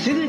役立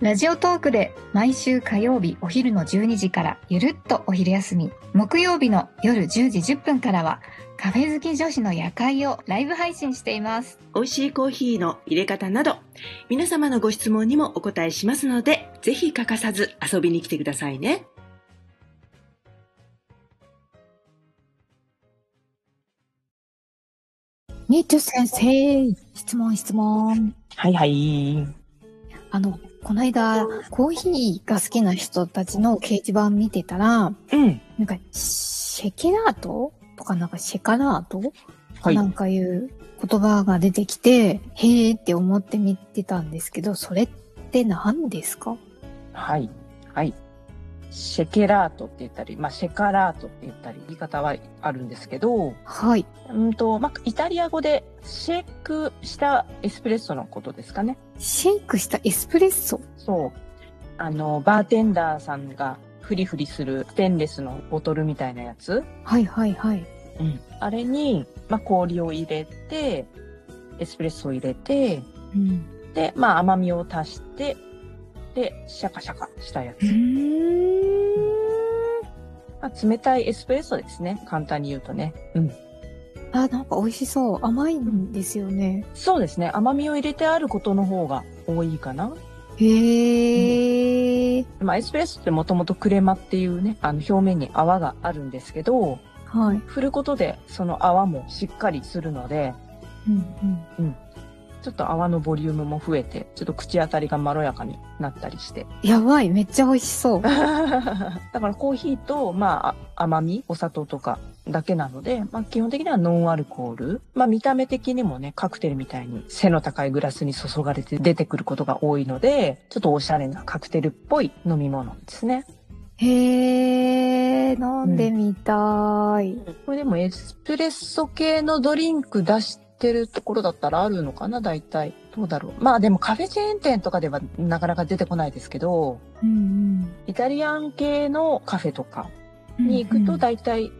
ラジオトークで毎週火曜日お昼の12時からゆるっとお昼休み、木曜日の夜10時10分からはカフェ好き女子の夜会をライブ配信しています。美味しいコーヒーの入れ方など皆様のご質問にもお答えしますのでぜひ欠かさず遊びに来てくださいねみーちゅ先生、質問質問。はいはい。あの、この間、コーヒーが好きな人たちの掲示板見てたら、うん。なんか、シェケラートとかなんかシェカラート、はいな。んかいう言葉が出てきて、へーって思って見てたんですけど、それって何ですかはい。はい。シェケラートって言ったり、まあ、シェカラートって言ったり、言い方はあるんですけど、はい。うんと、まあ、イタリア語でシェイクしたエスプレッソのことですかね。シェイクしたエスプレッソそう。あの、バーテンダーさんがフリフリするステンレスのボトルみたいなやつ。はいはいはい。うん。あれに、まあ、氷を入れて、エスプレッソを入れて、うん。で、まあ、甘みを足して、で、シャカシャカしたやつ。まあ、冷たいエスプレッソですね。簡単に言うとね。うん。あ、なんか美味しそう。甘いんですよね。そうですね。甘みを入れてあることの方が多いかな。へー。まあ、エスプレッソってもともとクレマっていうね、あの表面に泡があるんですけど、はい。振ることでその泡もしっかりするので、うんうん。ちょっと泡のボリュームも増えて、ちょっと口当たりがまろやかになったりして。やばい、めっちゃ美味し そう。 だからコーヒーと、まあ、あ甘み、お砂糖とかだけなので、まあ、基本的にはノンアルコール。まあ、見た目的にもね、カクテルみたいに背の高いグラスに注がれて出てくることが多いので、ちょっとおしゃれなカクテルっぽい飲み物ですね。へー、飲んでみたい。これでもエスプレッソ系のドリンク出してるところだったらあるのかな大体。どうだろう。まあでもカフェチェーン店とかではなかなか出てこないですけど、うんイタリアン系のカフェとかうん。に行くと大体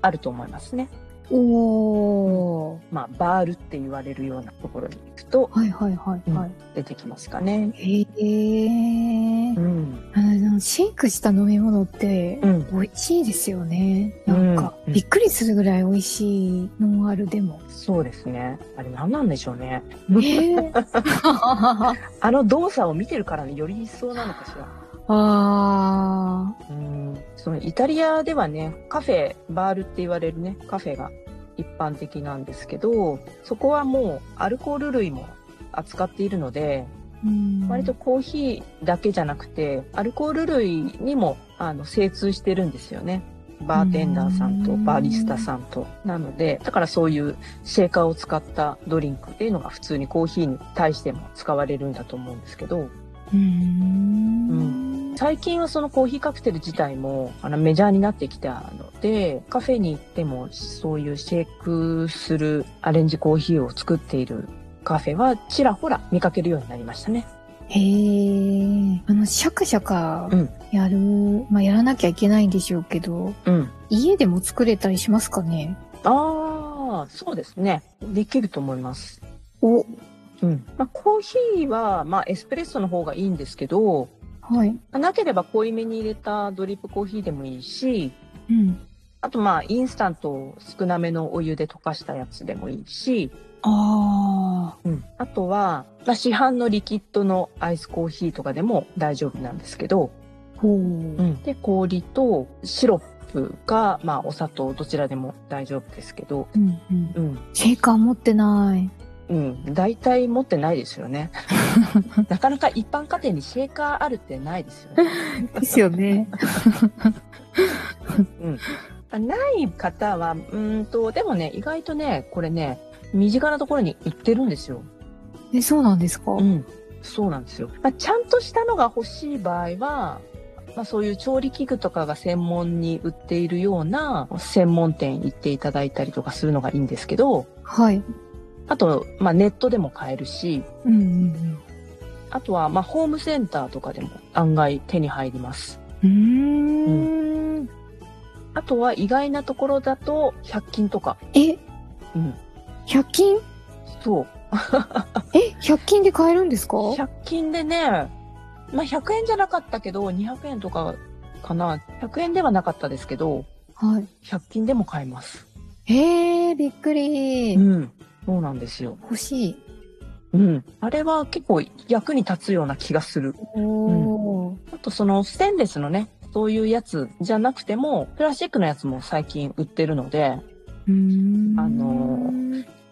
あると思いますね。おー。まあバールって言われるようなところに行くとはいはいはいはい。出てきますかね。へーうん。あの。シェイクした飲み物ってうん。美味しいですよね。なんか、うんびっくりするぐらい美味しいノンアルでも。そうですね。あれ何なんでしょうね。へ ー。あの動作を見てるからより一層なのかしら。あー。うんそのイタリアではねカフェバールって言われるねカフェが一般的なんですけどそこはもうアルコール類も扱っているのでうん割とコーヒーだけじゃなくてアルコール類にもあの精通してるんですよねバーテンダーさんとうんバーリスタさんとなのでだからそういうシェーカーを使ったドリンクっていうのが普通にコーヒーに対しても使われるんだと思うんですけどうん最近はそのコーヒーカクテル自体もあのメジャーになってきたのでカフェに行ってもそういうシェイクするアレンジコーヒーを作っているカフェはちらほら見かけるようになりましたね。へえ、あの、シャカシャカうんやる、まあ、やらなきゃいけないんでしょうけど、うん。家でも作れたりしますかねああ、そうですね。できると思います。お、うん。まあコーヒーは、まあエスプレッソの方がいいんですけど、はい。なければ濃いめに入れたドリップコーヒーでもいいし、うん。あとまあインスタントを少なめのお湯で溶かしたやつでもいいし、ああとは、まあ、市販のリキッドのアイスコーヒーとかでも大丈夫なんですけど、あ、ほう。で、氷とシロップが、まあ、お砂糖どちらでも大丈夫ですけど、うんうん。うん。シェイカー持ってない。うん。大体持ってないです よね。なかなか一般家庭にシェーカーあるってないで すよね。ですよね。あない方は、うーんと、でもね、意外とね、これね、身近なところに売ってるんですよ。 え、そうなんですか、うん、そうなんですよ。まあ、ちゃんとしたのが欲しい場合は、まあ、そういう調理器具とかが専門に売っているような専門店行っていただいたりとかするのがいいんですけど、はい。あと、まあ、ネットでも買えるし、うんうんあとは、まあ、ホームセンターとかでも案外手に入ります。うん。うーん。あとは意外なところだと、100均とか。え、うん。 100均そう。え、100均で買えるんですか100均でね、まあ、100円じゃなかったけど、200円とかかな。100円ではなかったですけど、は100均でも買えます。い。へえー、びっくり。うん。そうなんですよ。欲しい。うん。あれは結構役に立つような気がする。おー。あとそのステンレスのね、そういうやつじゃなくても、プラスチックのやつも最近売ってるので、うーんあの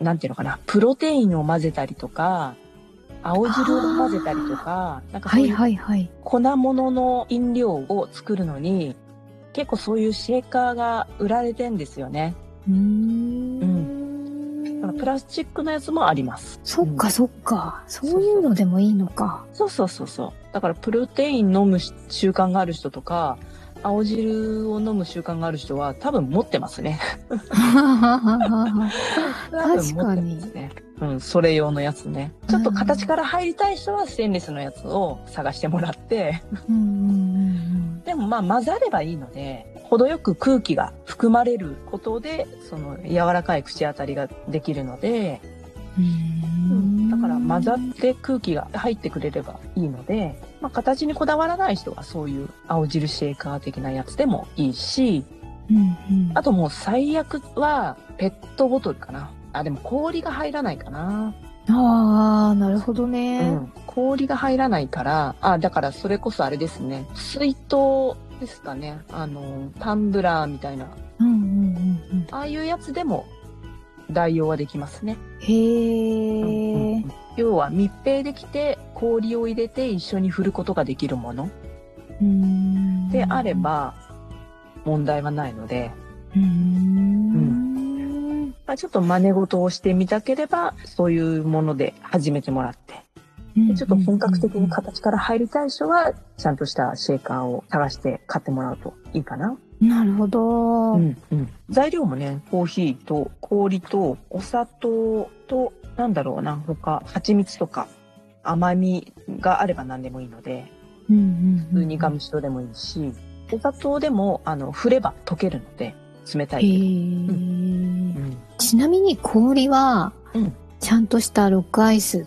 なんていうのかな、プロテインを混ぜたりとか、青汁を混ぜたりとか、なんかはそういいうはいはい。粉物の飲料を作るのに、結構そういうシェーカーが売られてんですよね。うー。うんだからプラスチックのやつもあります。そっうかんそっか。そういうのでもいいのか。そうそうそうそう。だからプロテイン飲む習慣がある人とか、青汁を飲む習慣がある人は多分持ってますね。確かに 多分持ってますね。うん、それ用のやつね。ちょっと形から入りたい人はステンレスのやつを探してもらって、うんうんうんでもまあ混ざればいいので、程よく空気が含まれることで、その柔らかい口当たりができるので、うん。だから混ざって空気が入ってくれればいいので、まあ、形にこだわらない人はそういう青汁シェーカー的なやつでもいいし、うんうんあともう最悪はペットボトルかな。あ、でも氷が入らないかな。ああ、なるほどうね。ん、氷が入らないから、あ、だからそれこそあれですね。水筒ですかね。あの、タンブラーみたいな。うんうんうんああいうやつでも代用はできますね。うん。へえ。要は密閉できて氷を入れて一緒に振ることができるものうんであれ。ば問題はないので、うーん。まあ、ちょっと真似事をしてみたければそういうもので始めてもらってでちょっと本格的に形から入りたい人はちゃんとしたシェーカーを探して買ってもらうといいかな。なるほど。んうん、材料もねコーヒーと氷とお砂糖となんだろうな他蜂蜜とか甘みがあれば何でもいいので普普通にガムシロでもいいし、お砂糖でもあの振れば溶けるので冷たへいけーど、うんちなみに氷はうん、ちゃんとしたロックアイス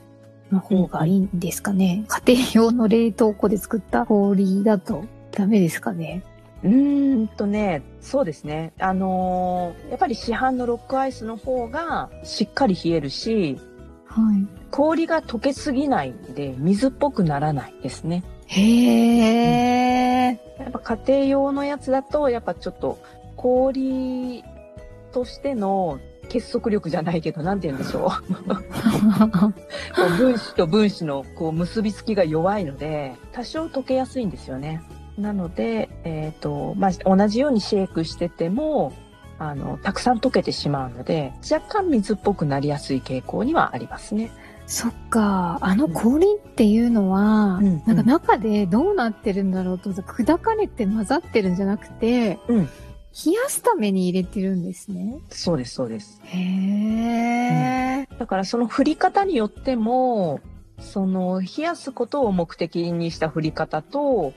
の方がいいんですかね。家庭用の冷凍庫で作った氷だとダメですかね。うーんとねそうですねあのーやっぱり市販のロックアイスの方がしっかり冷えるしはい。氷が溶けすぎないんで水っぽくならないですねへー。やっぱ家庭用のやつだとやっぱちょっと氷としての結束力じゃないけど何て言うんでしょうこう分子と分子のこう結びつきが弱いので多少溶けやすいんですよねなので、えーとまあ、同じようにシェイクしててもあのたくさん溶けてしまうので若干水っぽくなりやすい傾向にはありますね。 そっか、あの氷っていうのは、うんなんか中でどうなってるんだろうと、砕かれて混ざってるんじゃなくて、うん冷やすために入れてるんですね。そうですそうですへー。だからその振り方によっても、その冷やすことを目的にした振り方と、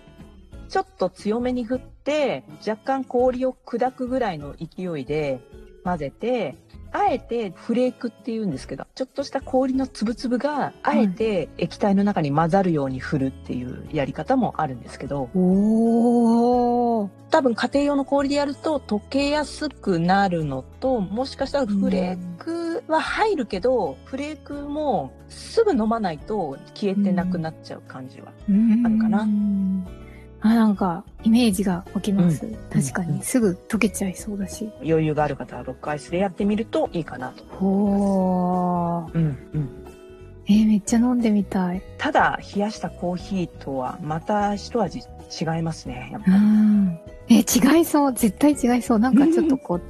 ちょっと強めに振って、若干氷を砕くぐらいの勢いで混ぜて、あえてフレークって言うんですけど、ちょっとした氷の粒々が、あえて液体の中に混ざるように振るっていうやり方もあるんですけど、おー。多分家庭用の氷でやると溶けやすくなるのともしかしたらフレークは入るけど、フレークもすぐ飲まないと消えてなくなっちゃう感じは、うんあるかなあ、なんか、イメージが湧きます。確かうんうに、んすぐ溶けちゃいそうだし。余裕がある方はロックアイスでやってみるといいかなと、おー。えーめっちゃ飲んでみたい。ただ冷やしたコーヒーとはまた一味違いますねやっぱうり、ん。えー違いそう。絶対違いそう。なんかちょっとこう、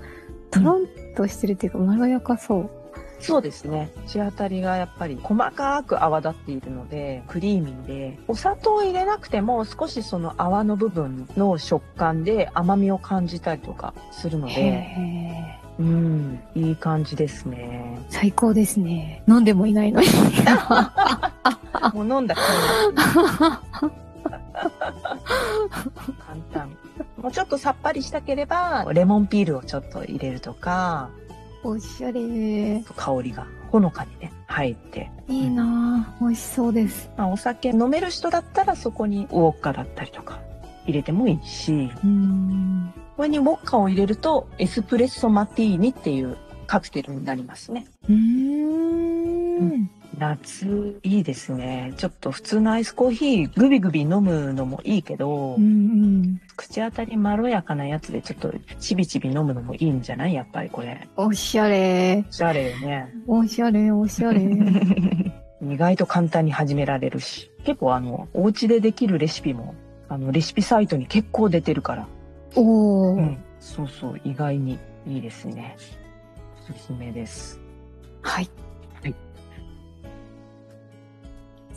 とろんとしてるっていうか、まろやかそう。そうですね。口当たりがやっぱり細かく泡立っているので、クリーミーで、お砂糖を入れなくても少しその泡の部分の食感で甘みを感じたりとかするので、へーうん、いい感じですね。最高ですね。飲んでもい ないのに。もう飲んだ感じ。簡単。もうちょっとさっぱりしたければ、レモンピールをちょっと入れるとか、おしゃれ。い香りがほのかにね、入って。いなぁ。美味しそうです。まあ、お酒飲める人だったらそこにウォッカだったりとか入れてもいいし、うん。これにウォッカを入れるとエスプレッソマティーニっていうカクテルになりますね。うーん。夏いいですね。ちょっと普通のアイスコーヒーグビグビ飲むのもいいけど、うんうん。口当たりまろやかなやつでちょっとちびちび飲むのもいいんじゃないやっぱりこれ。おしゃれ。おしゃれよね。おしゃれ、おし ゃれ。意外と簡単に始められるし。結構あの、お家でできるレシピも、あの、レシピサイトに結構出てるから。おうー。ん、そうそう、意外にいいですね。おすすめです。はい。